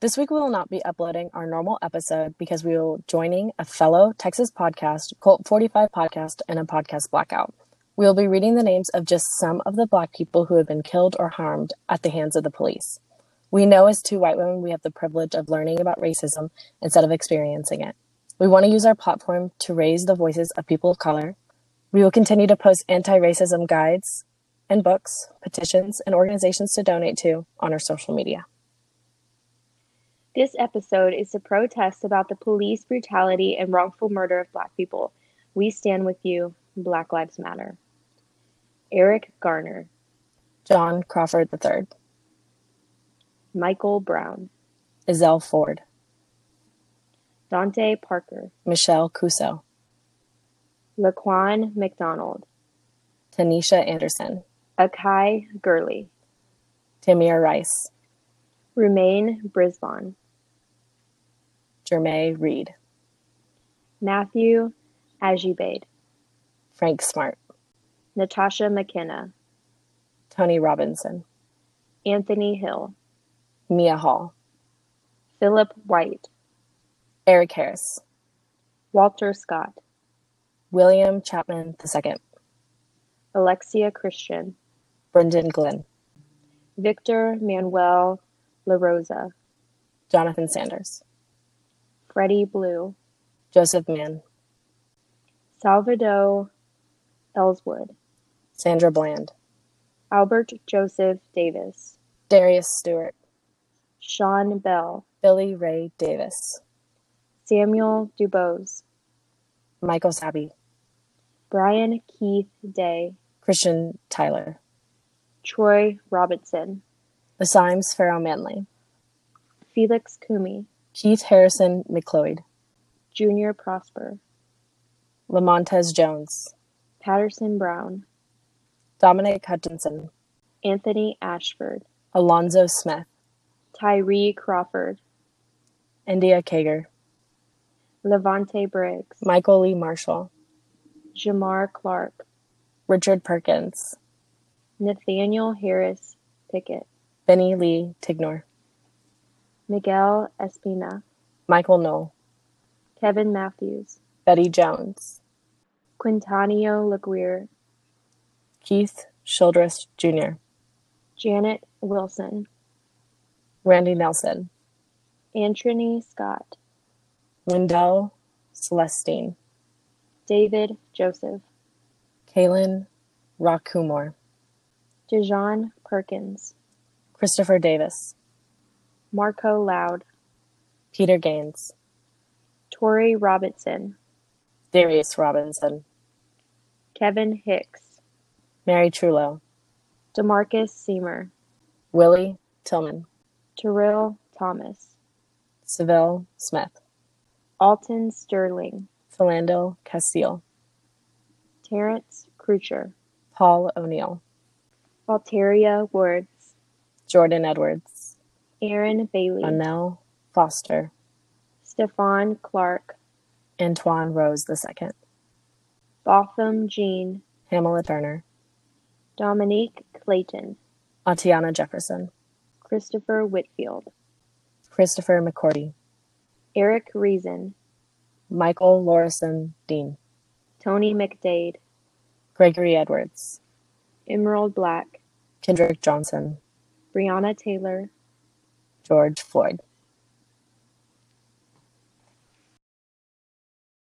This week we will not be uploading our normal episode because we will joining a fellow Texas podcast, Colt 45 podcast, and a podcast blackout. We will be reading the names of just some of the black people who have been killed or harmed at the hands of the police. We know as two white women we have the privilege of learning about racism instead of experiencing it. We want to use our platform to raise the voices of people of color. We will continue to post anti-racism guides and books, petitions, and organizations to donate to on our social media. This episode is to protest about the police brutality and wrongful murder of Black people. We stand with you. Black Lives Matter. Eric Garner, John Crawford III, Michael Brown, Izelle Ford, Dante Parker, Michelle Cuso, Laquan McDonald, Tanisha Anderson, Akai Gurley, Tamir Rice, Romaine Brisbane, Jermaine Reed, Matthew Ajibade, Frank Smart, Natasha McKenna, Tony Robinson, Anthony Hill, Mia Hall, Philip White, Eric Harris, Walter Scott, William Chapman II, Alexia Christian, Brendan Glenn, Victor Manuel LaRosa, Jonathan Sanders, Freddie Blue, Joseph Mann, Salvador Ellswood, Sandra Bland, Albert Joseph Davis, Darius Stewart, Sean Bell, Billy Ray Davis, Samuel Dubose, Michael Sabi, Brian Keith Day, Christian Tyler, Troy Robertson, The Symes Farrell Manley, Felix Kumi, Keith Harrison McLeod, Junior Prosper, Lamontez Jones, Patterson Brown, Dominic Hutchinson, Anthony Ashford, Alonzo Smith, Tyree Crawford, India Kager, Levante Briggs, Michael Lee Marshall, Jamar Clark, Richard Perkins, Nathaniel Harris Pickett, Benny Lee Tignor, Miguel Espina, Michael Knoll, Kevin Matthews, Betty Jones, Quintanio LaGuerre, Keith Childress Jr., Janet Wilson, Randy Nelson, Anthony Scott, Wendell Celestine, David Joseph, Kalen Rockhumor, Dejan Perkins, Christopher Davis, Marco Loud, Peter Gaines, Tori Robinson, Darius Robinson, Kevin Hicks, Mary Trullo, Demarcus Seymour, Willie Tillman, Terrell Thomas, Seville Smith, Alton Sterling, Philando Castile, Terrence Crucher, Paul O'Neill, Valteria Woods, Jordan Edwards, Aaron Bailey, Donnell Foster, Stefan Clark, Antoine Rose II, Botham Jean, Pamela Turner, Dominique Clayton, Atiana Jefferson, Christopher Whitfield, Christopher McCordy, Eric Reason, Michael Laurison Dean, Tony McDade, Gregory Edwards, Emerald Black, Kendrick Johnson, Brianna Taylor, George Floyd.